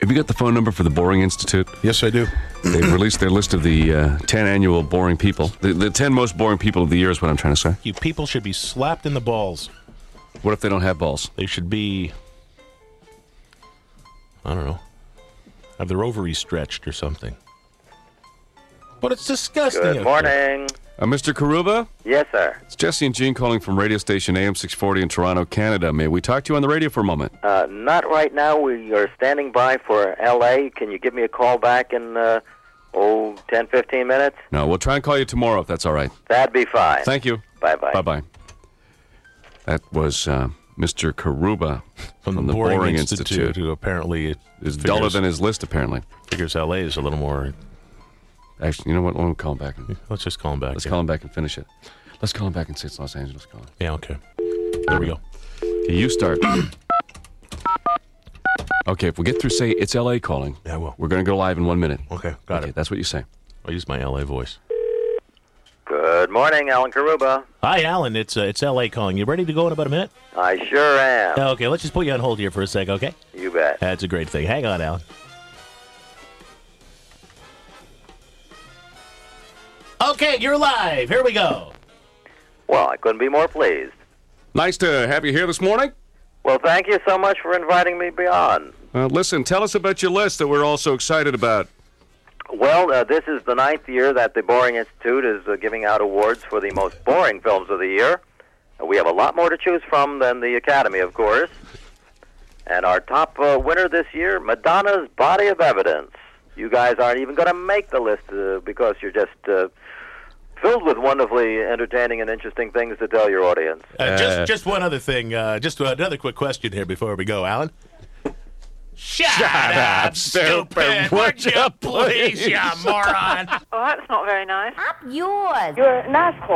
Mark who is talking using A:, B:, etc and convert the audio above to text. A: Have you got the phone number for the Boring Institute?
B: Yes, I do.
A: They've released their list of the uh, 10 annual boring people. The, the 10 most boring people of the year is what I'm trying to say.
C: You people should be slapped in the balls.
A: What if they don't have balls?
C: They should be, I don't know, have their ovaries stretched or something. But it's disgusting. out
D: Good
C: there.
D: morning.
A: Uh, Mr. Karuba,
D: Yes, sir.
A: it's Jesse and Gene calling from radio station AM 640 in Toronto, Canada. May we talk to you on the radio for a moment?
D: Uh, not right now. We are standing by for L.A. Can you give me a call back in, uh, oh, 10, 15 minutes?
A: No, we'll try and call you tomorrow if that's all right.
D: That'd be fine.
A: Thank you.
D: Bye-bye.
A: Bye bye. That was uh, Mr. Karuba
C: From, the, Boring, Institute, who apparently it
A: Is
C: figures-
A: duller than his list, apparently.
C: figures LA is a little more.
A: Actually, you know what? We'll call him back. And,
C: Let's just call him back.
A: let's
C: here.
A: call him back and finish it. Let's call him back and say it's Los Angeles. Call him.
C: Yeah, okay. There we go.
A: Okay, you start. okay, if we get through, say it's LA calling.
C: Yeah, I will.
A: We're going to go live in one minute.
C: Okay, got
A: okay,
C: it.
A: That's what you say.
C: I'll use my LA voice.
D: Good morning, Alan Karuba.
C: Hi, Alan. It's uh, it's LA calling. You ready to go in about a minute?
D: I sure am.
C: Okay, let's just put you on hold here for a sec, okay?
D: You bet.
C: That's a great thing. Hang on, Alan. Okay, you're live. Here we go.
D: Well, I couldn't be more pleased.
A: Nice to have you here this morning.
D: Well, thank you so much for inviting me beyond.
A: Uh, listen, tell us about your list that we're all so excited about.
D: Well, uh, this is the ninth year that the Boring Institute is uh, giving out awards for the most boring films of the year. Uh, we have a lot more to choose from than the Academy, of course. And our top uh, winner this year, Madonna's Body of Evidence. You guys aren't even going to make the list uh, because you're just uh, filled with wonderfully entertaining and interesting things to tell your audience.
C: Uh, just just one other thing. Uh, just another quick question here before we go, Alan. Shut, up,
A: stupid. Would you please, you
C: moron?
E: Oh, that's not very nice.
F: Yours.
G: You're an asshole.